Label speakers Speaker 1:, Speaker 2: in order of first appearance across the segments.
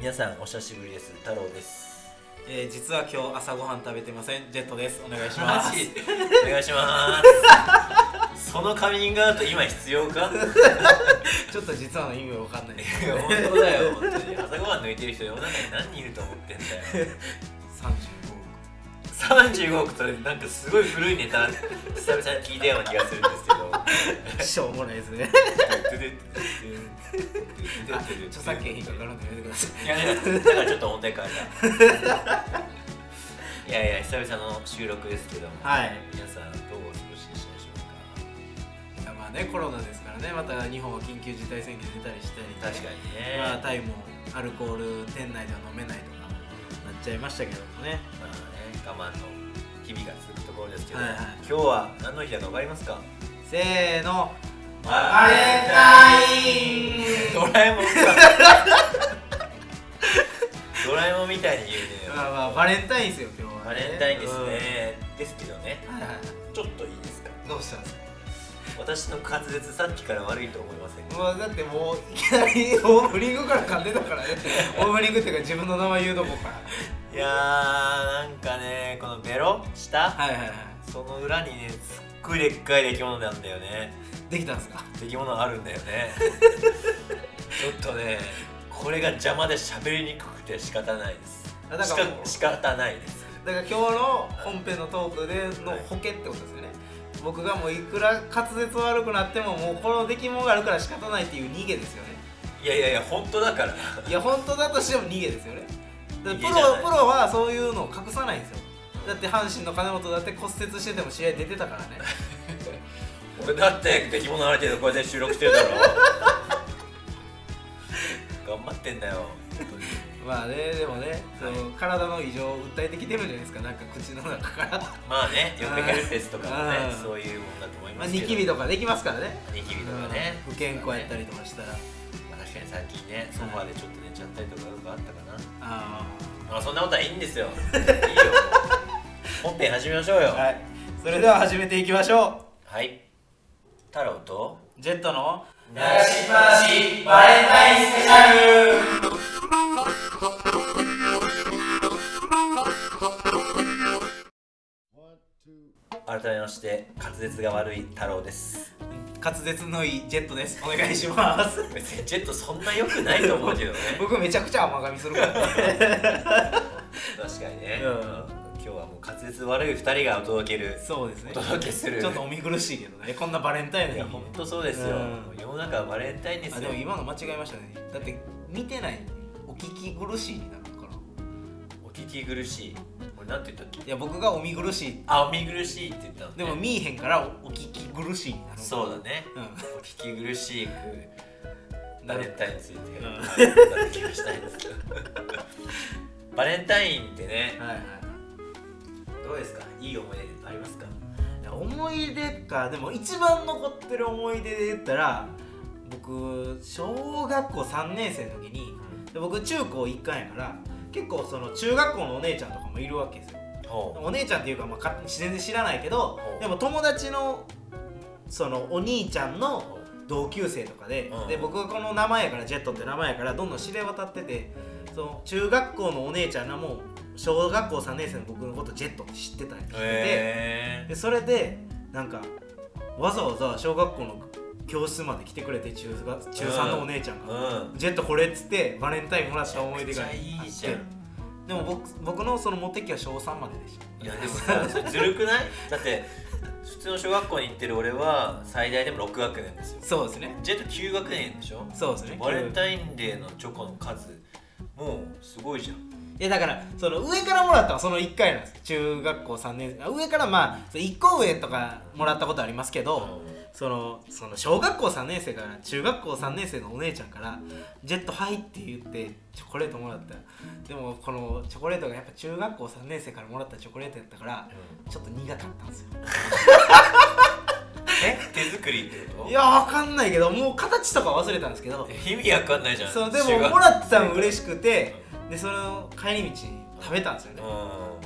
Speaker 1: 皆さんお久しぶりです太郎です
Speaker 2: えー、実は今日朝ごはん食べてませんジェットですお願いします
Speaker 1: お願いしますそのカミングアウト今必要か
Speaker 2: ちょっと実はの意味わかんない
Speaker 1: いや本当だよ本当に朝ごはん抜いてる人世の中に何人いると思ってんだよ
Speaker 2: 35
Speaker 1: 35億となんかすごい古いネタ久々に聞いたような気がするんですけど
Speaker 2: 億しょうもないですね著作権引っかかるんでやめてくださ
Speaker 1: いやだからちょっと音程変えたいやいや久々の収録ですけども、
Speaker 2: はい
Speaker 1: 皆さんどうお過ごしでしたでしょう
Speaker 2: いいやまあねコロナですからねまた日本は緊急事態宣言出たりしたり
Speaker 1: か確かにね、
Speaker 2: まあタイもアルコール店内では飲めないとかなっちゃいましたけどもね
Speaker 1: まあね我慢の日々が続くところですけど、
Speaker 2: はいはい
Speaker 1: 今日は何の日だか分かりますか
Speaker 2: せーの
Speaker 1: バレン
Speaker 2: タイン
Speaker 1: ドラえも んかドラえもんみたいに言うね、
Speaker 2: まあまあバレンタインですよ今日は、ね、
Speaker 1: バレンタインですね、ですけどね
Speaker 2: うん、はいはいはい
Speaker 1: ちょっといいですか
Speaker 2: どうしたんですか
Speaker 1: 私の滑舌さっきから悪いと思いませんか
Speaker 2: もうだってもういきなりオープニングから噛んで たからねオープニングっていうか自分の名前言うとこから
Speaker 1: いやーなんかねこのベロ下、
Speaker 2: はいはいはい
Speaker 1: その裏にねすっごいでっかい出来物なんだよね
Speaker 2: できたんですか
Speaker 1: 出来物あるんだよね ちょっとねこれが邪魔で喋りにくくて仕方ないです
Speaker 2: あだからもう
Speaker 1: しか仕方ないです
Speaker 2: だから今日の本編のトークでのボケってことですよね僕がもういくら滑舌悪くなってももうこの出来物があるから仕方ないっていう逃げですよね
Speaker 1: いやいやいや本当だから
Speaker 2: いや本当だとしても逃げですよねだからプロ
Speaker 1: 逃げじゃない
Speaker 2: プロはそういうのを隠さないんですよだって阪神の金本だって骨折してても試合出てたからね
Speaker 1: 俺だって出来物ある程度これで収録してるだろ 頑張ってんだよ本当に
Speaker 2: まあねでもね、その体の異常を訴えてきてるじゃないですかなんか口の中 から
Speaker 1: まあねよくヘルペスとかもね
Speaker 2: うん
Speaker 1: そういうもんだと思い
Speaker 2: ま
Speaker 1: ま
Speaker 2: あ、
Speaker 1: すけ
Speaker 2: ニ
Speaker 1: ど
Speaker 2: キビとかできますからね。
Speaker 1: ニキビとかね
Speaker 2: うん不健康やったりとかしたら。
Speaker 1: まあ確かに最近ねソファーでちょっと寝ちゃったりとかよくあったかな
Speaker 2: あ
Speaker 1: まあそんなことはいいんですよ。いい よ。本編始めましょうよ。
Speaker 2: あ
Speaker 1: はい。
Speaker 2: はい。それでは始めていきましょ
Speaker 1: 太郎と。
Speaker 2: う。ジェットの。
Speaker 1: なしまし
Speaker 2: バレンタインスペシャル。
Speaker 1: 改めまして滑舌が悪い太郎です。
Speaker 2: 滑舌のいいジェットです。お願いします。
Speaker 1: 別にジェットそんな良くないと思うけどね。
Speaker 2: 僕めちゃくちゃ甘噛みするから。
Speaker 1: 確かにね。
Speaker 2: うん
Speaker 1: 今日はもう滑舌悪い二人がお届ける。
Speaker 2: そうですね。
Speaker 1: お届けする
Speaker 2: ちょっとお見苦しいけどね。こんなバレンタインの
Speaker 1: い
Speaker 2: 日
Speaker 1: や
Speaker 2: に
Speaker 1: 本当そうですよ。
Speaker 2: うん
Speaker 1: 世の中はバレンタインです
Speaker 2: あ
Speaker 1: よ。
Speaker 2: でも今の間違えましたね。だって見てないお聞き苦しいになるから。
Speaker 1: お聞き苦しい。俺なんて言ったっ
Speaker 2: い
Speaker 1: け？
Speaker 2: や僕がお見苦しい。
Speaker 1: あお見苦しいって言ったの、ね。
Speaker 2: でも見えへんからおお聞き苦しいになる。
Speaker 1: そうだね。
Speaker 2: うん。
Speaker 1: お聞き苦しくバレンタインについて
Speaker 2: ん
Speaker 1: 語ってきましたいんですけど バレンタインってね
Speaker 2: はいはいはい
Speaker 1: どうですかいい思い出ありますか
Speaker 2: いや思い出かでも一番残ってる思い出で言ったら僕小学校3年生の時にで僕中高一貫やから結構その中学校のお姉ちゃんとかもいるわけですよ
Speaker 1: ほ
Speaker 2: お姉ちゃんっていうか、まあ、か全然知らないけど
Speaker 1: ほう
Speaker 2: でも友達のそのお兄ちゃん
Speaker 1: う
Speaker 2: の同級生とかで,、
Speaker 1: うん
Speaker 2: で僕がこの名前やからジェットって名前やからどんどん知れ渡っててその中学校のお姉ちゃんがもう小学校3年生の僕のことジェットって知ってたりしてて。
Speaker 1: へえ
Speaker 2: でそれでなんかわざわざ小学校の教室まで来てくれて中学中3のお姉ちゃん
Speaker 1: う
Speaker 2: が、
Speaker 1: ん
Speaker 2: ジェットこれっつってバレンタインもらった思い出があっ
Speaker 1: め
Speaker 2: て
Speaker 1: っちゃいいじゃん
Speaker 2: でも僕僕のその持ってきは小3まででし
Speaker 1: いやでもさ それずるくないだって普通の小学校に行ってる俺は最大でも6学年ですよ
Speaker 2: たそうですね
Speaker 1: ジェット9学年でしょ
Speaker 2: そうですね
Speaker 1: バレンタインデーのチョコの数もうすごいじゃん
Speaker 2: いやだからその上からもらったのはその1回なんです中学校3年あ上からまあ1個上とかもらったことありますけど、そのその小学校3年生から中学校3年生のお姉ちゃんから「ジェットはい」って言ってチョコレートもらったでもこのチョコレートがやっぱ中学校3年生からもらったチョコレートやったからちょっと苦かったんですよ
Speaker 1: え手作りってこと
Speaker 2: いやわかんないけどもう形とか忘れたんですけど
Speaker 1: 意味わかんないじゃん
Speaker 2: そうで
Speaker 1: 中
Speaker 2: も
Speaker 1: 学
Speaker 2: もらってたの嬉しくてでその帰り道に食べたんですよ
Speaker 1: う
Speaker 2: ね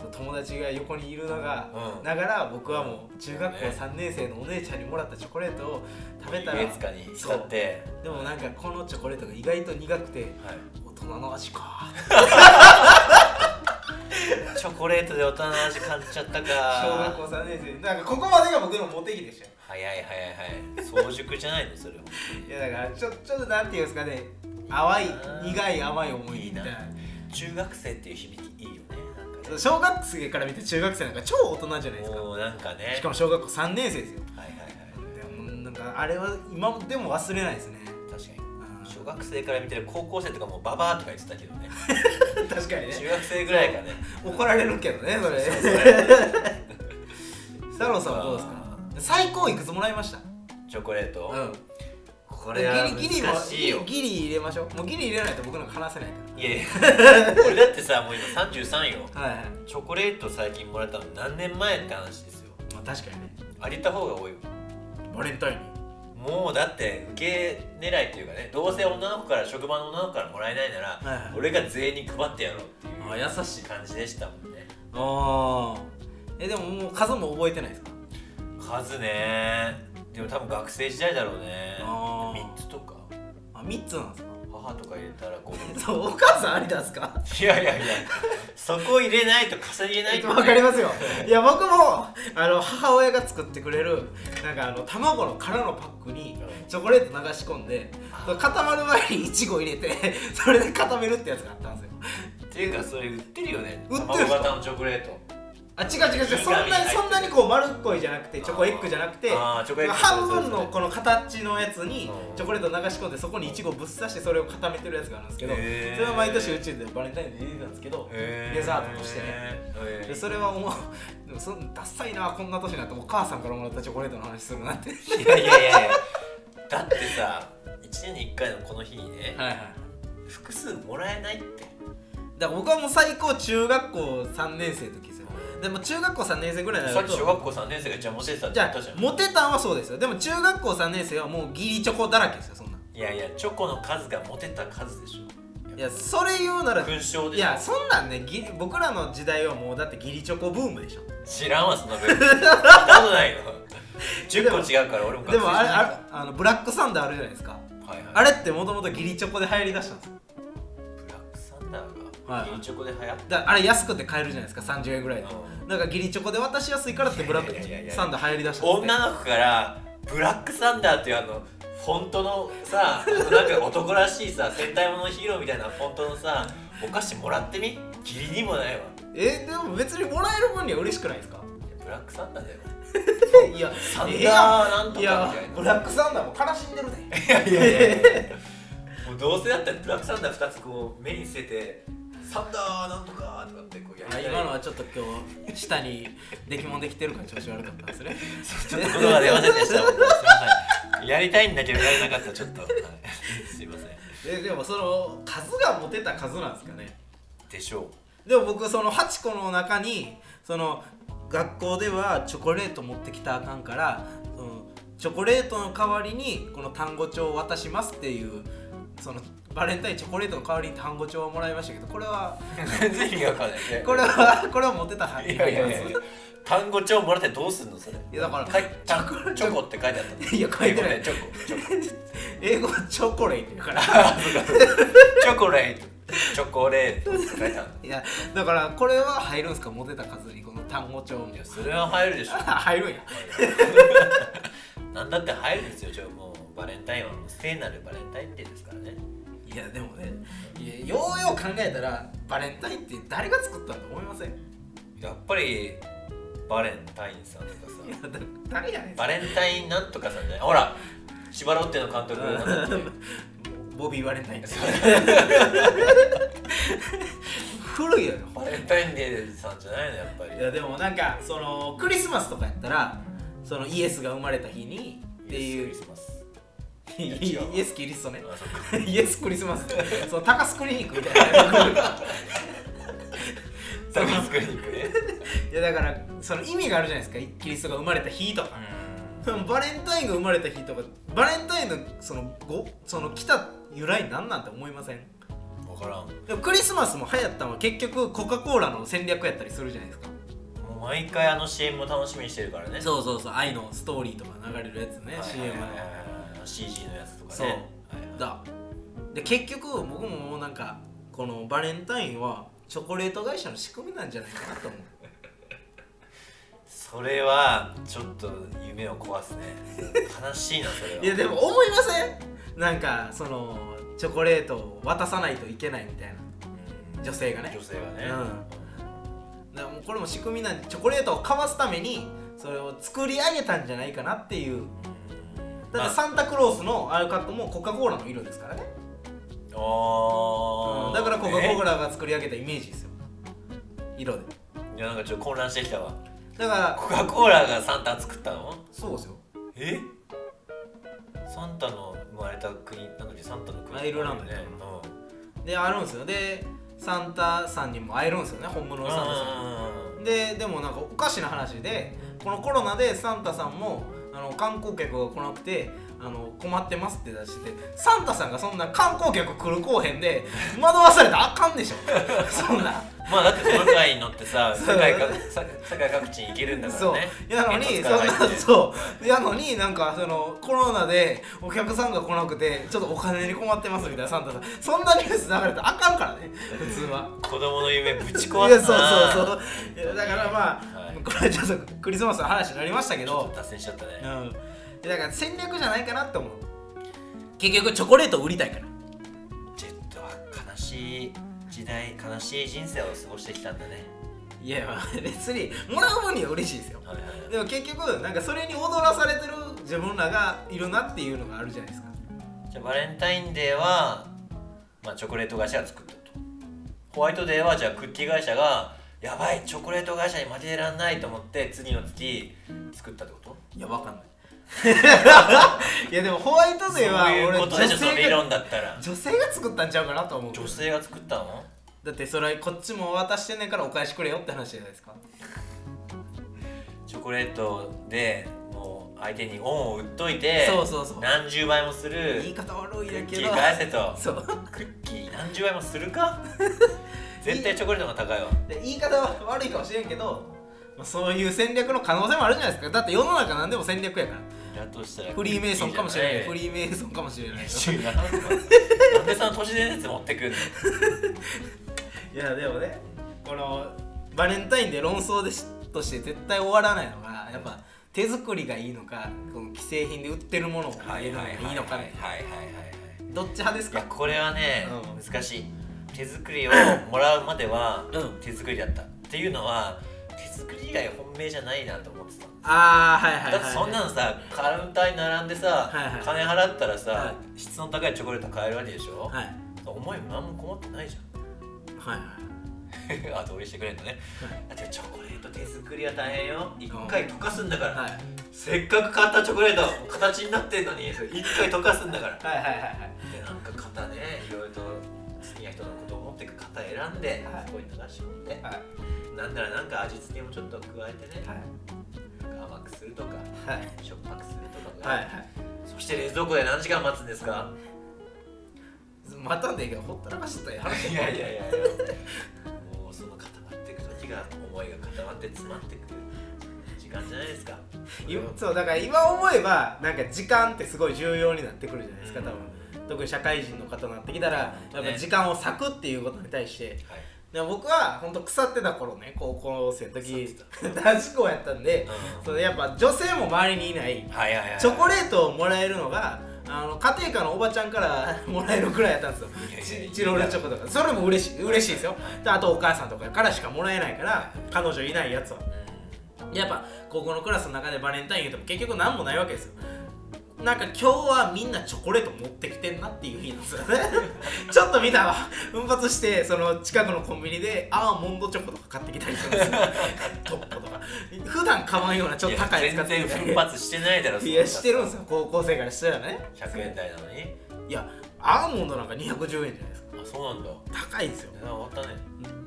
Speaker 1: ん
Speaker 2: 友達が横にいるのが、
Speaker 1: うん
Speaker 2: ながら僕はもう中学校
Speaker 1: そうね
Speaker 2: 3年生のお姉ちゃんにもらったチョコレートを食べたら
Speaker 1: 月かに浸って
Speaker 2: でもなんかこのチョコレートが意外と苦くて
Speaker 1: はい
Speaker 2: 大人の味か
Speaker 1: チョコレートで大人の味感じちゃったか
Speaker 2: 小学校3年生なんかここまでが僕のモテ期でしたよ
Speaker 1: 早い早い早い早熟じゃないのそれ
Speaker 2: いやだからちょちょっとなんていうんですかね淡い苦い甘い思い出みたい
Speaker 1: いい
Speaker 2: な
Speaker 1: 中学生っていう響きいいよねなんかね
Speaker 2: 小学生から見て中学生なんか超大人じゃないですか
Speaker 1: もうなんかね
Speaker 2: しかも小学校3年生ですよ
Speaker 1: はいはいはい
Speaker 2: でもなんかあれは今でも忘れないですね
Speaker 1: 確かに
Speaker 2: うん
Speaker 1: 小学生から見てる高校生とかもうババアとか言ってたけどね
Speaker 2: 確かに
Speaker 1: 中学生ぐらいがね
Speaker 2: 怒られるけどねそれ
Speaker 1: そうそうそう
Speaker 2: 太郎さんはどうですか最高いくつもらいました
Speaker 1: チョコレート、
Speaker 2: うん
Speaker 1: これは
Speaker 2: ギリギリも
Speaker 1: 難しいよ
Speaker 2: ギリギリ入れましょうもうギリ入れないと僕なんか話せないか
Speaker 1: いやいや 俺だってさもう今33よ
Speaker 2: らはいはい、
Speaker 1: チョコレート最近もらったの何年前って話ですよ
Speaker 2: まあ、確かにね
Speaker 1: ありった方が多いよ
Speaker 2: バレンタインに
Speaker 1: もうだって受け狙いっていうかねどうせ女の子から職場の女の子からもらえないなら、
Speaker 2: はいはい
Speaker 1: 俺が全員に配ってやろうっていう
Speaker 2: あ優しい
Speaker 1: 感じでしたもんね
Speaker 2: ああえでももう数も覚えてないですか
Speaker 1: 数ねでも多分学生時代だろうね
Speaker 2: あー
Speaker 1: 3つとか
Speaker 2: あ三つなんですか
Speaker 1: 母とか入れたらこう
Speaker 2: そうお母さんありなんですか
Speaker 1: いやいやいやそこ入れないと稼げない
Speaker 2: わかりますよいや僕もあの母親が作ってくれるなんかあの卵の殻のパックに
Speaker 1: うん
Speaker 2: チョコレート流し込んでそれ固まる前にイチゴ入れてそれで固めるってやつがあったんですよ
Speaker 1: っていうかそれ売ってるよね
Speaker 2: 売ってるんです
Speaker 1: 卵
Speaker 2: か
Speaker 1: 型のチョコレート
Speaker 2: あ違う違う違うそんなにそんなにこう丸っこいじゃなくてチョコエッグじゃなくて
Speaker 1: あーチョコエッグ
Speaker 2: 半分のこの形のやつに
Speaker 1: うん
Speaker 2: チョコレート流し込んでそこにイチゴぶっ刺してそれを固めてるやつがあるんですけどそ
Speaker 1: へー
Speaker 2: れは毎年うちでバレンタインで出てたんですけどデザートとしてね
Speaker 1: ね
Speaker 2: でそれはもうでもそんダッサいなこんな年になってお母さんからもらったチョコレートの話するなって
Speaker 1: いやいやいやいや だってさ1年に1回のこの日にね、
Speaker 2: はいはい
Speaker 1: 複数もらえないって
Speaker 2: だから僕はもう最高中学校3年生の時ですよでも中学校3年生ぐらいに
Speaker 1: さ
Speaker 2: な
Speaker 1: っ
Speaker 2: る
Speaker 1: き
Speaker 2: と
Speaker 1: 小学校3年生がじゃあモテてたって
Speaker 2: じ
Speaker 1: 言っ
Speaker 2: ゃ
Speaker 1: たじゃ
Speaker 2: あ
Speaker 1: ん
Speaker 2: モテたんはそうですよでも中学校3年生はもうギリチョコだらけですよそんない
Speaker 1: やいやチョコの数がモテた数でしょ
Speaker 2: いやそれ言うなら
Speaker 1: 勲章で
Speaker 2: い
Speaker 1: しょ
Speaker 2: やそんなんねギリ僕らの時代はもうだってギリチョコブームでしょ
Speaker 1: 知らんわそんな部 分そんなことないよ10個違うから俺も
Speaker 2: でもあれ
Speaker 1: じゃないか
Speaker 2: ああのブラックサンダーあるじゃないですか
Speaker 1: らはいはい、
Speaker 2: あれってもともとギリチョコで流行りだしたんですよ
Speaker 1: ブラックサンダー
Speaker 2: は
Speaker 1: が
Speaker 2: い
Speaker 1: ギリチョコで流行っ
Speaker 2: だからあれ安くて買えるじゃないですか30円ぐらいで
Speaker 1: うん
Speaker 2: なんかギリチョコで渡しやすいからってブラッ
Speaker 1: いやいやいやい
Speaker 2: ク
Speaker 1: や
Speaker 2: サンダー流行りだした
Speaker 1: た
Speaker 2: んですって
Speaker 1: 女の子からブラックサンダーっていうあのフォントのさなんか男らしいさ戦隊ものヒーローみたいなフォントのさお菓子もらってみギリにもないわ
Speaker 2: えでも別にもらえる分には嬉しくないですか
Speaker 1: ブラックサンダーだよ
Speaker 2: いや
Speaker 1: サンダー
Speaker 2: ええや
Speaker 1: なんとか
Speaker 2: いや
Speaker 1: みたいな
Speaker 2: ブラックサンダーも悲しんでるで
Speaker 1: いやいやいやいやもうどうせだったらブラックサンダー2つこう目に捨ててサンダーなんとかとかってこうやりたい
Speaker 2: 今のはちょっと今日下に出来物できてるから調子悪かったんです ね
Speaker 1: ちょっと言葉出ませんでしたもんすいませんやりたいんだけどやれなかったちょっと、はいすいません
Speaker 2: えでもその数が持てた数なんですかね
Speaker 1: で しょ
Speaker 2: でも僕その8個の中にその学校ではチョコレート持ってきたらあかんからそのチョコレートの代わりにこの単語帳を渡しますっていうそのバレンタインチョコレートの代わりに単語帳をもらいましたけどこれは
Speaker 1: う全然意味わかんないね
Speaker 2: これはこれは持てたはい
Speaker 1: やいやいやいや単語帳もらってどうすんのそれ
Speaker 2: いやだから
Speaker 1: かいチョコチョコって書いてあった
Speaker 2: いや書いてない
Speaker 1: 英語でチョコチョコ
Speaker 2: 英語はチョコレートやから
Speaker 1: チョコレートチョコレートって書いてあっ
Speaker 2: いやだからこれは入るんですか持てた数にこ の単語帳も
Speaker 1: たいやそれは入るでしょ
Speaker 2: 入るんや
Speaker 1: なんだって入るんですよじゃあもうバレンタインはもう聖なるバレンタインデーですからね
Speaker 2: いやでもねいやようよう考えたらバレンタインって誰が作ったんだと思いませんい
Speaker 1: やっぱりバレンタインさんとかさ
Speaker 2: やだ誰やねん
Speaker 1: バレンタインなんとかさんじゃないほら千葉ロッテの監督なん だっ
Speaker 2: ボビー・バレンタイン 古いよ
Speaker 1: けバレンタインデーさんじゃないのやっぱり
Speaker 2: いやでもなんかそのクリスマスとかやったらそのイエスが生まれた日にっていう
Speaker 1: イエスクリスマス
Speaker 2: イ
Speaker 1: いや違うわ
Speaker 2: エスキリストね
Speaker 1: あそっか
Speaker 2: イエスクリスマスその高須クリニックみたいな
Speaker 1: サブスクリニックね
Speaker 2: いやだからその意味があるじゃないですかキリストが生まれた日とか バレンタインが生まれた日とかバレンタインのそのごその来た由来なんなんて思いません
Speaker 1: うん分からん
Speaker 2: でもクリスマスも流行ったのは結局コカ・コーラの戦略やったりするじゃないですか
Speaker 1: もう毎回あの CM も楽しみにしてるからね
Speaker 2: そうそうそう愛のストーリーとか流れるやつね CM
Speaker 1: は
Speaker 2: の
Speaker 1: いはいはいはい CG のやつとかね
Speaker 2: そう
Speaker 1: はいはい
Speaker 2: だで結局僕ももうなんかこのバレンタインはチョコレート会社の仕組みなんじゃないかなと思う
Speaker 1: それはちょっと夢を壊すね 悲しいなそれはい
Speaker 2: やでも思いませんなんかそのチョコレートを渡さないといけないみたい
Speaker 1: うん
Speaker 2: な女性がね
Speaker 1: 女性がね、
Speaker 2: だからもうこれも仕組みなんでチョコレートをかわすためにそれを作り上げたんじゃないかなっていうだって
Speaker 1: まあ
Speaker 2: サンタクロースのああいう格好もコカ・コーラの色ですからね、
Speaker 1: あ
Speaker 2: う
Speaker 1: ー
Speaker 2: んだからコカ・コー
Speaker 1: ね
Speaker 2: ラが作り上げたイメージですよ色で
Speaker 1: いやなんかちょっと混乱してきたわ
Speaker 2: だから
Speaker 1: コカ・コーラがサンタ作ったの
Speaker 2: そうですよ
Speaker 1: えサンタの生まれた国なんだっけサンタの国
Speaker 2: アイルランド
Speaker 1: ね
Speaker 2: やったであるんですよでサンタさんにも会えるんですよね本物
Speaker 1: うんう
Speaker 2: のサンタさんに
Speaker 1: ん
Speaker 2: ででもなんかおかしな話でこのコロナでサンタさんもあの観光客が来なくてあの困ってますって出しててサンタさんがそんな観光客来るこうへんで惑わされたらあかんでしょ そんな
Speaker 1: まあだってその回に乗ってさ
Speaker 2: そう
Speaker 1: 世界各さ世界各地に行けるんだか
Speaker 2: そ
Speaker 1: ら
Speaker 2: う
Speaker 1: ね
Speaker 2: やのに
Speaker 1: 煙突
Speaker 2: そ
Speaker 1: か
Speaker 2: ん
Speaker 1: ら入
Speaker 2: な
Speaker 1: って
Speaker 2: そうやのになんかそのコロナでお客さんが来なくてちょっとお金に困ってますみたいなサンタさんそんなニュース流れたらあかんからね普通は。
Speaker 1: 子供の夢ぶち
Speaker 2: い
Speaker 1: 壊
Speaker 2: や
Speaker 1: す
Speaker 2: そう
Speaker 1: な
Speaker 2: そう
Speaker 1: う
Speaker 2: そういやだからまあ、
Speaker 1: はい
Speaker 2: これはちょっとクリスマスの話になりましたけ
Speaker 1: ち
Speaker 2: ど
Speaker 1: ょっと脱線しちゃったね
Speaker 2: うん、だから戦略じゃないかなって思う結局チョコレートを売りたいから
Speaker 1: ジェットは悲しい時代悲しい人生を過ごしてきたんだね
Speaker 2: いやまあ別にもらう分には嬉しいですよ
Speaker 1: はいはい
Speaker 2: でも結局なんかそれに踊らされてる自分らがいるなっていうのがあるじゃないですか
Speaker 1: じゃあバレンタインデーは、まあ、チョコレート会社が作ったとホワイトデーはじゃあクッキー会社がやばいチョコレート会社に負けらんないと思って次の月作ったってこと
Speaker 2: いやわかんない いやでもホワイト
Speaker 1: そう
Speaker 2: デーは俺
Speaker 1: いうことでしょ
Speaker 2: 女
Speaker 1: その
Speaker 2: 性
Speaker 1: 理
Speaker 2: が
Speaker 1: 論だったら
Speaker 2: 女性が作ったんちゃうかなと思う
Speaker 1: 女性が作ったの
Speaker 2: だってそれはこっちも渡してんねんからお返しくれよって話じゃないですか
Speaker 1: チョコレートでもう相手に恩を売っといて
Speaker 2: そうそうそう
Speaker 1: 何十倍もする
Speaker 2: 言い方悪い
Speaker 1: ク
Speaker 2: や
Speaker 1: ッキ
Speaker 2: け
Speaker 1: ー
Speaker 2: ど
Speaker 1: 返せと
Speaker 2: そう
Speaker 1: クッキー何十倍もするか絶対チョコレートの方が高いわ
Speaker 2: で言い方は悪いかもしれんけど、まあ、そういう戦略の可能性もあるじゃないですかだって世の中何でも戦略やから
Speaker 1: だとしたら
Speaker 2: フリーメイソンかもしれないフ
Speaker 1: リー
Speaker 2: リーメイソンかもしれない
Speaker 1: メイソンなんでその都市伝説持ってくるの
Speaker 2: いやでもねこのバレンタインで論争でしとして絶対終わらないのがやっぱ手作りがいいのかこの既製品で売ってるものを入れるのがいいのかね
Speaker 1: はいはいはい
Speaker 2: どっち派です
Speaker 1: いや
Speaker 2: か
Speaker 1: これはね、
Speaker 2: うん
Speaker 1: 難しい手作りをもらうまでは、
Speaker 2: うん
Speaker 1: 手作りだったっていうのは手作り以外本命じゃないなと思ってた
Speaker 2: ああはいはい
Speaker 1: だ
Speaker 2: はい
Speaker 1: ってそんなのさカウンターに並んでさ、
Speaker 2: はいはい
Speaker 1: 金払ったらさ、
Speaker 2: は
Speaker 1: 質の高いチョコレート買えるわけでしょ、
Speaker 2: はいはい
Speaker 1: 思いも何もこもってないじゃ
Speaker 2: はい
Speaker 1: ん 後追いしてくれんのねだってチョコレート手作りは大変よ一回溶かすんだから、
Speaker 2: はいはい
Speaker 1: せっかく買ったチョコレート形になってんのに一回溶かすんだから
Speaker 2: はいはいはいはい
Speaker 1: でなんか型ねいろいろと好きな人のことを思っていく型選んで、
Speaker 2: はい
Speaker 1: そこに流し込んで、
Speaker 2: はい
Speaker 1: なんならなんか味付けもちょっと加えてね、
Speaker 2: はい
Speaker 1: なんか甘くするとか
Speaker 2: はい
Speaker 1: しょっぱくするとかが、
Speaker 2: はいはい
Speaker 1: そして冷蔵庫で何時間待つんですか
Speaker 2: またんでいいけどほったらかしとったらええ話
Speaker 1: いやいやいやいやもうその固まっていく時が思いが固まって詰まってくる時間じゃないですか
Speaker 2: 今そうだから今思えばなんか時間ってすごい重要になってくるじゃないですか多分特に社会人の方になってきたらやっぱ時間を割くっていうことに対して
Speaker 1: はい
Speaker 2: でも僕は本当腐ってた頃ね高校生の時
Speaker 1: 腐っ
Speaker 2: 男子校やったんで
Speaker 1: うん
Speaker 2: そのやっぱ女性も周りにいない
Speaker 1: はいはいはい
Speaker 2: チョコレートをもらえるのがあの家庭科のおばちゃんから もらえるくらいやったんですよ
Speaker 1: いやいやいや
Speaker 2: チチロルチョコとかそれも嬉しい嬉しいですよであとお母さんとかからしかもらえないから彼女いないやつはやっぱ高校のクラスの中でバレンタイン言うても結局何もないわけですよなんか今日はみんなチョコレート持ってきてんなっていう日なんです よねちょっと見たら奮発してその近くのコンビニでアーモンドチョコとか買ってきたりするんですよトッポとか普段買わんようなちょっと高いやつ買って
Speaker 1: 全
Speaker 2: きた
Speaker 1: 然
Speaker 2: り
Speaker 1: 奮発してないだろ
Speaker 2: いやしてるんです
Speaker 1: よ
Speaker 2: よ高校生からしたらね
Speaker 1: 100円台なのに
Speaker 2: いやアーモンドなんか210円じゃないですか
Speaker 1: あそうなんだ
Speaker 2: 高いですよ
Speaker 1: 値段終わったね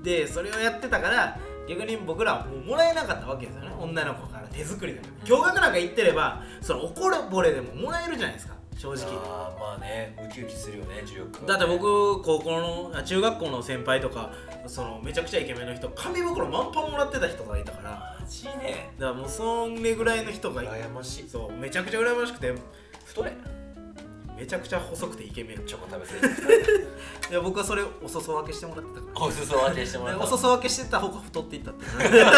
Speaker 2: でそれをやってたから逆に僕らはもうもらえなかったわけですよね女の子から手作りだから驚愕なんか言ってればそれおこぼれでももらえるじゃないですか正直
Speaker 1: あーまあねウキウキするよね重力
Speaker 2: だって僕高校のあ中学校の先輩とかそのめちゃくちゃイケメンの人紙袋満パンもらってた人がいたからだか
Speaker 1: マジね
Speaker 2: らもうそんぐらいの人がいて
Speaker 1: 羨ましい
Speaker 2: そうめちゃくちゃ羨ましくて
Speaker 1: 太れ
Speaker 2: めちゃくちゃ細くてイケメン
Speaker 1: チョコ食べてる
Speaker 2: で僕はそれをお裾分けしてもらってたか
Speaker 1: お裾分けしてもら
Speaker 2: ら
Speaker 1: っ
Speaker 2: で
Speaker 1: た
Speaker 2: お
Speaker 1: の
Speaker 2: 裾分けしてた方が太って いったっていうね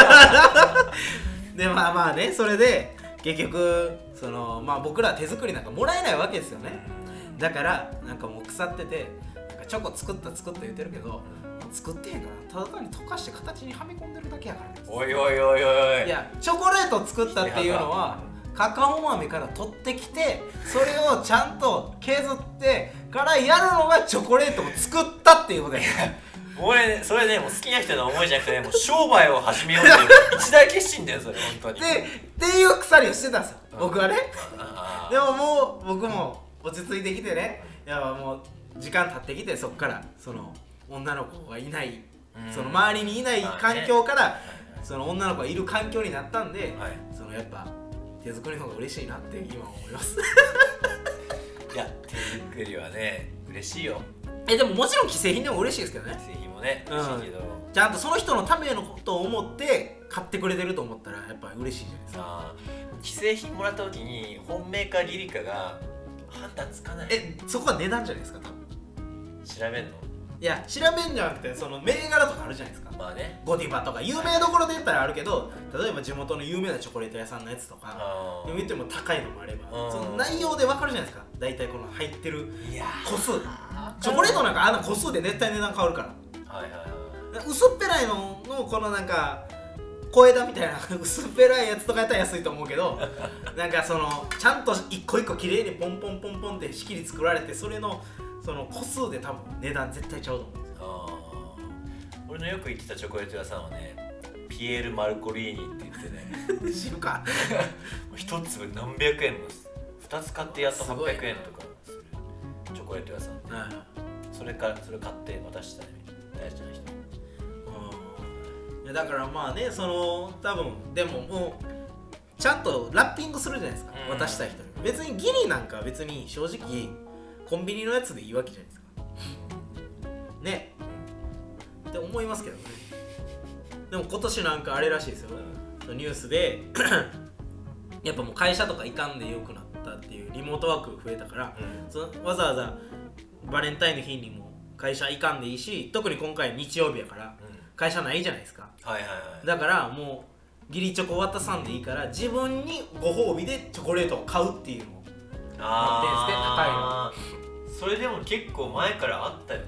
Speaker 2: でまあまあねそれで結局そのまあ僕らは手作りなんかもらえないわけですよねだからなんかもう腐っててなんかチョコ作った作った言ってるけど作ってへんからただ単に溶かして形にはめ込んでるだけやから
Speaker 1: おいおいおいおいお
Speaker 2: いやチョコレートを作ったっていうのはカカオ豆から取ってきてそれをちゃんと削ってからやるのがチョコレートを作ったっていうことや
Speaker 1: 俺ねそれねもう好きな人の思いじゃなくてねもう商売を始めようっていう一大決心だよそれ本当に
Speaker 2: でっていう鎖をしてたんですよ僕はね
Speaker 1: あー
Speaker 2: でももう僕も落ち着いてきてねいやもう時間経ってきてそっからその女の子がいない
Speaker 1: うん
Speaker 2: その周りにいない
Speaker 1: まあね
Speaker 2: 環境からその女の子がいる環境になったんで
Speaker 1: はい
Speaker 2: そのやっぱ手作りの方が嬉しいなって今思います
Speaker 1: いや手作りはね嬉しいよ
Speaker 2: えでももちろん既製品でも嬉しいですけどね
Speaker 1: 製品もね
Speaker 2: うん
Speaker 1: 嬉しいけど、
Speaker 2: ちゃんとその人のためのことを思って買ってくれてると思ったらやっぱ嬉しいじゃないですか
Speaker 1: さあ既製品もらった時に本命かリリカが判断つかない
Speaker 2: えそこは値段じゃないですか多分
Speaker 1: 調べんの
Speaker 2: いや調べんじゃなくてその銘柄とかあるじゃないですか
Speaker 1: まあね
Speaker 2: ゴディバとか有名どころで言ったらあるけど例えば地元の有名なチョコレート屋さんのやつとか
Speaker 1: あ
Speaker 2: でも言っても高いのもあれば
Speaker 1: うん
Speaker 2: その内容でわかるじゃないですか大体この入ってる
Speaker 1: ーいや
Speaker 2: 個数チョコレートなんかあんな個数で絶対値段変わるから
Speaker 1: ーはいはいはい
Speaker 2: 薄っぺらいののこのなんか小枝みたいな 薄っぺらいやつとかやったら安いと思う けどなんかそのちゃんと一個一個綺麗にポンポンポンポンって仕切り作られてそれのその個数で多分値段絶対ちゃうと思うんですよ
Speaker 1: あー俺のよく行ってたチョコレート屋さんはねピエール・マルコリーニって言ってね
Speaker 2: 知るか
Speaker 1: もう一粒何百円も二つ買ってやっと
Speaker 2: すごい
Speaker 1: 800円とかするチョコレート屋さんでそれからそれ買って渡したり大事な人
Speaker 2: うんいやだからまあねその多分でももうちゃんとラッピングするじゃないですか、
Speaker 1: うん
Speaker 2: 渡した人に別にギリなんか別に正直コンビニのやつでいいわけじゃないですかねって思いますけどねでも今年なんかあれらしいですよニュースで やっぱもう会社とか行かんでよくなったっていうリモートワーク増えたから、そのわざわざバレンタインの日にも会社行かんでいいし特に今回日曜日やから会社ないじゃないですか
Speaker 1: はいはいはい
Speaker 2: だからもうギリチョコ渡さんでいいから自分にご褒美でチョコレートを買うっていうのを
Speaker 1: あーそれでも結構前からあったよね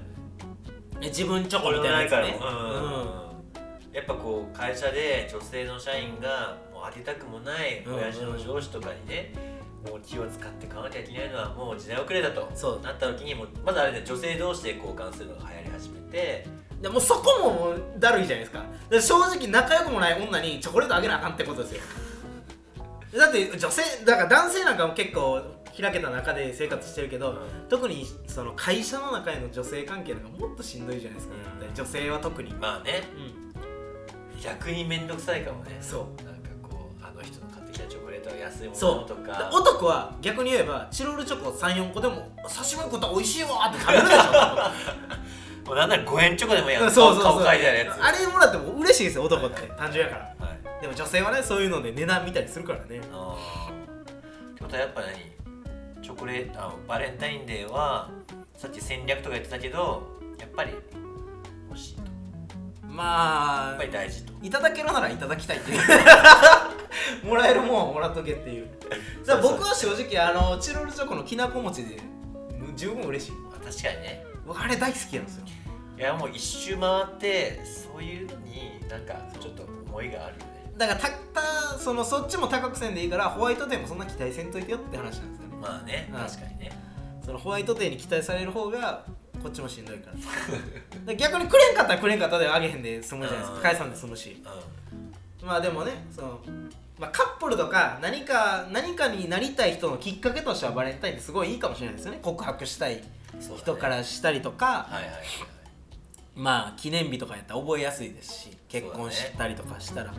Speaker 2: え自分チョコみたいなやつね
Speaker 1: 俺の中でもうんやっぱこう会社で女性の社員がもうあげたくもない親父の上司とかにね、もう気を使って買わなきゃいけないのはもう時代遅れだと
Speaker 2: そう
Speaker 1: なった時にもうまずあれで女性同士で交換するのが流行り始めて
Speaker 2: うんでもうそこももうだるいじゃないですかだから正直仲良くもない女にチョコレートあげなあかんってことですよだって女性だから男性なんかも結構開けた中で生活してるけど、
Speaker 1: うん
Speaker 2: 特にその会社の中への女性関係なんかもっとしんどいじゃないですか、
Speaker 1: うん
Speaker 2: 女性は特に、
Speaker 1: まあね
Speaker 2: う
Speaker 1: 逆に面倒くさいかもね
Speaker 2: ん、そう
Speaker 1: なんかこうあの人の買ってきたチョコレートは安いもの
Speaker 2: そ
Speaker 1: と
Speaker 2: う
Speaker 1: か
Speaker 2: 男は逆に言えばチロルチョコ34個でも刺身食ったら美味しいわって食べるでしょ
Speaker 1: もうなんなら5円チョコでもいいやん
Speaker 2: そうそうそう
Speaker 1: 顔顔描いてあるやつ
Speaker 2: あれもらっても嬉しいですよ男って単純やから
Speaker 1: はい
Speaker 2: でも女性はねそういうので値段見たりするからね
Speaker 1: あーってことはやっぱ何チョコレートあバレンタインデーはさっき戦略とか言ってたけどやっぱり欲しいとや
Speaker 2: ま
Speaker 1: っ
Speaker 2: あ
Speaker 1: ぱり大事と
Speaker 2: いただけるならいただきたい っていうもらえるもんはもらっとけっていうだから僕は正直あのチロルチョコのきなこ餅で十分嬉しい
Speaker 1: まあ確かにね
Speaker 2: 僕あれ大好きなんですよ
Speaker 1: いやもう一周回ってそういうのになんかちょっと思いがあるよね
Speaker 2: だからたったそのそっちも高くせんでいいからホワイトデーもそんな期待せんといてよって話なんですよね
Speaker 1: まあね
Speaker 2: うん
Speaker 1: 確かにね
Speaker 2: そのホワイトデーに期待される方がこっちもしんどいからだから逆にくれんかったらくれんかったであげへんで済むじゃないです
Speaker 1: う
Speaker 2: か
Speaker 1: ん
Speaker 2: 返さんで済むし
Speaker 1: う
Speaker 2: まあでもねその、まあ、カップルとか何か何かになりたい人のきっかけとしてはバレンタインってすごいいいかもしれないですよね告白したい
Speaker 1: んそうだね
Speaker 2: 人からしたりとか、
Speaker 1: はいはいはい
Speaker 2: まあ記念日とかやったら覚えやすいですし結婚したりとかしたら、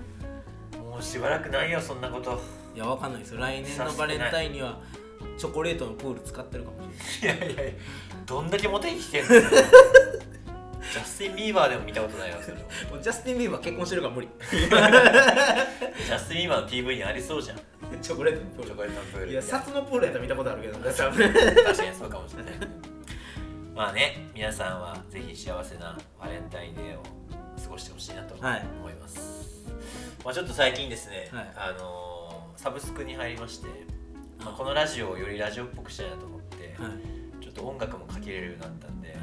Speaker 1: もうしばらくないよそんなこと
Speaker 2: いやわかんないですよ来年のバレンタインにはチョコレートのプール使ってるかもしれな
Speaker 1: い
Speaker 2: い
Speaker 1: やいやいやどんだけモテに来てん のジャスティン・ビーバーでも見たことないわそれを
Speaker 2: もうジャスティン・ビーバー結婚してるから無 理
Speaker 1: ジャスティン・ビーバーの PV にありそうじゃんチ
Speaker 2: チョコレートのプー
Speaker 1: ョコレートのプー
Speaker 2: ル
Speaker 1: ル
Speaker 2: いや札のプールやったら見たことあるけどね
Speaker 1: 多分確かにそうかもしれないまあね皆さんはぜひ幸せなバレンタインデーを過ごしてほしいなと
Speaker 2: はい
Speaker 1: 思います、まあちょっと最近ですね、
Speaker 2: はい
Speaker 1: あのーサブスクに入りまして、まあ、このラジオをよりラジオっぽくしたいなと思って、
Speaker 2: はい
Speaker 1: ちょっと音楽もかけれるようになったんで、
Speaker 2: はい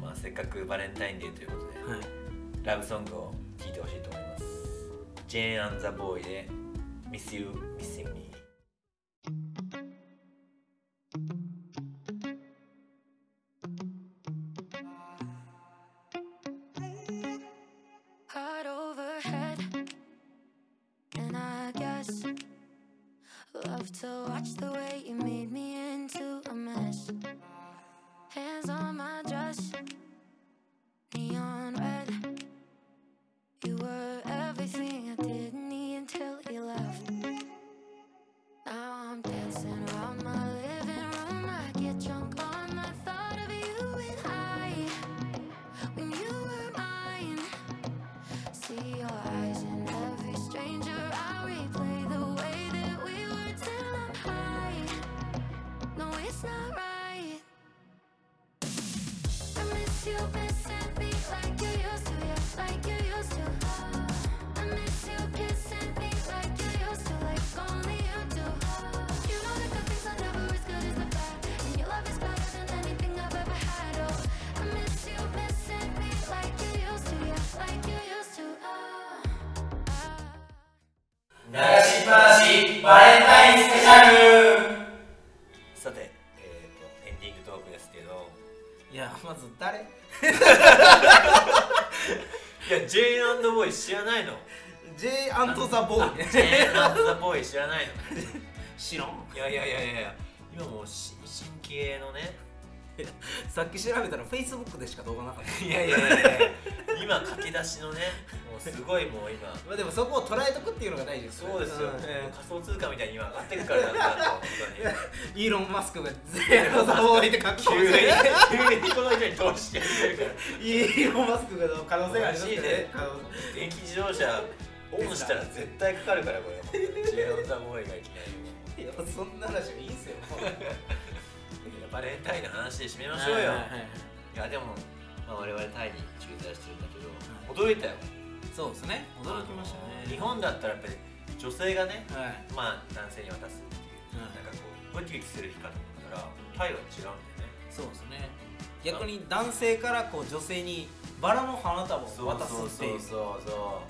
Speaker 1: まあ、せっかくバレンタインデーということで、
Speaker 2: はい
Speaker 1: ラブソングを聴いてほしいと思いますジェーンザボーイで Miss You Missing Me
Speaker 3: heart over head. And I guess love to watch the way you made me into a mess. Hands on my dress, neon red. You were everything I didn't need until you left. Now I'm dancing around my living room. I get drunk on the thought of you and I. When you were mine. See your eyes in every stranger. I replay the way that we were till I'm high. No, it's not right. I miss you, missing me like you used to, yeah, like you used to. I miss you, kissing me like you used to, like only you do. You know the good things are never as good as the bad, and your love is better than anything I've ever had. Oh, I miss you, missing me like you used to, yeah, like you used to. Oh. Ah.
Speaker 1: 流しっぱなしバレンタインスペシャルさて、えー、とエンディングトークですけど
Speaker 2: いやまず誰
Speaker 1: いや J&Boy 知らないの
Speaker 2: J アントザボーイ
Speaker 1: J&Boy 知らないの
Speaker 2: 知らん
Speaker 1: いやいやいやいやいや今もうし新系のね
Speaker 2: さっき調べたら Facebook でしか動画なかった
Speaker 1: いやいやいやいや今書き出しのねもうすごいもう今
Speaker 2: まあでもそこを捉えとくっていうのが大事ですね
Speaker 1: そうですよ、
Speaker 2: んえ
Speaker 1: 仮想通貨みたいに今上がってくからなんだと本
Speaker 2: えイーロン・マスクがゼロザボーイっ て書くか
Speaker 1: 当
Speaker 2: も
Speaker 1: に急
Speaker 2: しれない
Speaker 1: に急にこの人に投資してくれるから
Speaker 2: イーロン・マスクが可能性がありますよ
Speaker 1: おかしいね
Speaker 2: ね可能性
Speaker 1: 電気自動車オンしたら絶対かかるからこれジェロザボーイがいきなりも
Speaker 2: いやそんな話はいいっすよ
Speaker 1: ういやバレンタインの話で締めましょうよ、
Speaker 2: はいいはいはい
Speaker 1: やでも、まあ、我々タイに駐在してるんだけど、驚いたよ
Speaker 2: そうですね驚きました
Speaker 1: あ
Speaker 2: ね
Speaker 1: の日本だったらやっぱり女性がね
Speaker 2: はい
Speaker 1: まあ男性に渡すっていう、
Speaker 2: うん
Speaker 1: なんかこうウキウキする日かと思ったらタイは違うんだよね
Speaker 2: そうですね逆に男性からこう女性にバラの花束を渡すっていう
Speaker 1: そうそうそうそ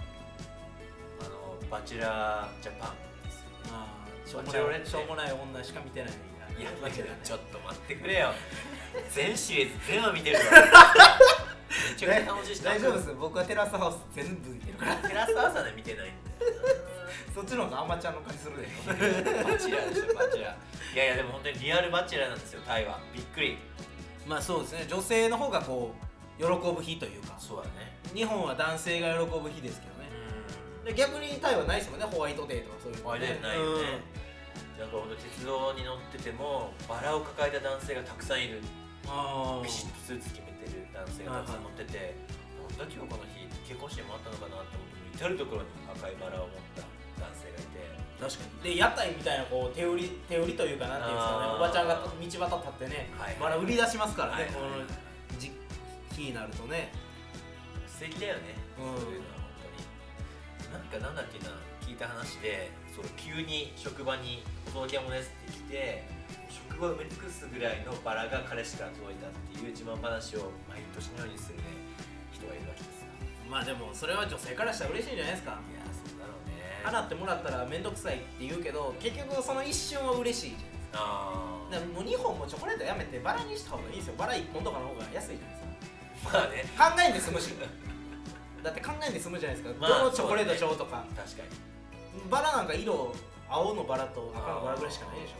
Speaker 1: うあのバチェラージャパンですよ
Speaker 2: あーしょう
Speaker 1: バチェロ
Speaker 2: も
Speaker 1: レ
Speaker 2: な
Speaker 1: ッ
Speaker 2: い
Speaker 1: テ
Speaker 2: しょうもない女しか見てない
Speaker 1: いや
Speaker 2: わけだね
Speaker 1: ちょっと待ってくれよ全シリーズ全話見てるわめちゃくちゃ楽しいし
Speaker 2: 大丈夫です僕はテラスハウス全部見てるから
Speaker 1: テラス朝で見てないんだよ
Speaker 2: そっちの方がアマちゃんの感じするでしょ
Speaker 1: バチェラーでしょバチェラーいやいやでも本当にリアルバチェラーなんですよタイはびっくり
Speaker 2: まあそうですね女性の方がこう喜ぶ日というか
Speaker 1: そうだね
Speaker 2: 日本は男性が喜ぶ日ですけどね
Speaker 1: う
Speaker 2: で逆にタイはないですもんねホワイトデーとかそうい
Speaker 1: ん
Speaker 2: うのね
Speaker 1: ホワイトデーないよね、なんか本当鉄道に乗っててもバラを抱えた男性がたくさんいる
Speaker 2: うんあ
Speaker 1: ビシッ
Speaker 2: ー
Speaker 1: とスーツ決めてる男性がたくさん乗ってて、なんだ今日この日結婚式もあったのかなって思って至る所に赤いバラを持った男性がいて
Speaker 2: 確かにで屋台みたいなこう手売り手売りというかなんていうんですかね
Speaker 1: あー
Speaker 2: おばちゃんが道端立ってね、
Speaker 1: はい
Speaker 2: まだ売り出しますからね、
Speaker 1: はい
Speaker 2: この時期になるとね
Speaker 1: 素敵だよね、
Speaker 2: うん
Speaker 1: そういうのは本当になんかなんだっけな聞いた話でそう急に職場に「お届け物です」って来て職場を埋め尽くすぐらいのバラが彼氏から届いたっていう自慢話を毎年のようにするね人がいるわけですよ
Speaker 2: まあでもそれは女性からしたら嬉しいんじゃないですか
Speaker 1: いやそうだろうね
Speaker 2: 払ってもらったら面倒くさいって言うけど結局その一瞬は嬉しいじゃないですか
Speaker 1: あー
Speaker 2: だからもう2本もチョコレートやめてバラにした方がいいんですよバラ1本とかの方が安いじゃないです
Speaker 1: まあね
Speaker 2: か考えんで済 むしだって考えんで済むじゃないですか、
Speaker 1: まあ
Speaker 2: どのチョコレートちょうとか、
Speaker 1: 確かに
Speaker 2: バラなんか色青のバラと赤のバラぐらいしかないでしょ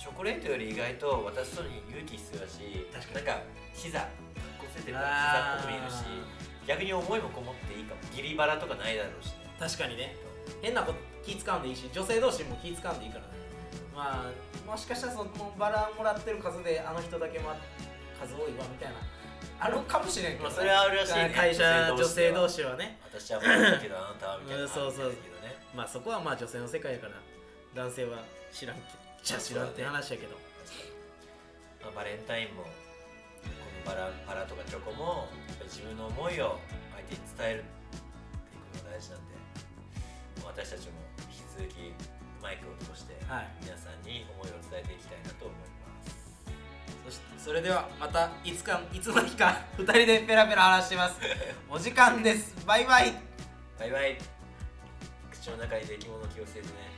Speaker 1: チョコレートより意外と渡すのに勇気必要だし
Speaker 2: 確かに
Speaker 1: なんか膝かっこついてるから
Speaker 2: あー
Speaker 1: 膝っぽく見えるし逆に思いもこもっていいかもギリバラとかないだろうしね
Speaker 2: 確かにね変なこと気使うんでいいし女性同士も気使うんでいいからねまあもしかしたらそのもうバラもらってる数であの人だけ、ま、数多いわみたいなあるかもしれんけど、
Speaker 1: まあそれはあるらしいね
Speaker 2: 会社
Speaker 1: 女
Speaker 2: 女
Speaker 1: 性
Speaker 2: 性
Speaker 1: 同
Speaker 2: 同士はね
Speaker 1: 私は悪いけどあなたはみたいな、
Speaker 2: うんそうそう
Speaker 1: あるけどね
Speaker 2: まあそこはまあ女性の世界やから男性は知らんけどじゃあ知らんって話やけど
Speaker 1: まあ、バレンタインもこのバラバラとかチョコもやっぱり自分の思いを相手に伝えるっていうことが大事なんで私たちも引き続きマイクを通して
Speaker 2: はい
Speaker 1: 皆さんに思いを伝えていきたいなと思います、
Speaker 2: そしてそれではまたいつかいつの日か二人でペラペラ話してますお時間ですバイバイ
Speaker 1: バイバイ口の中に出来物気をつけてね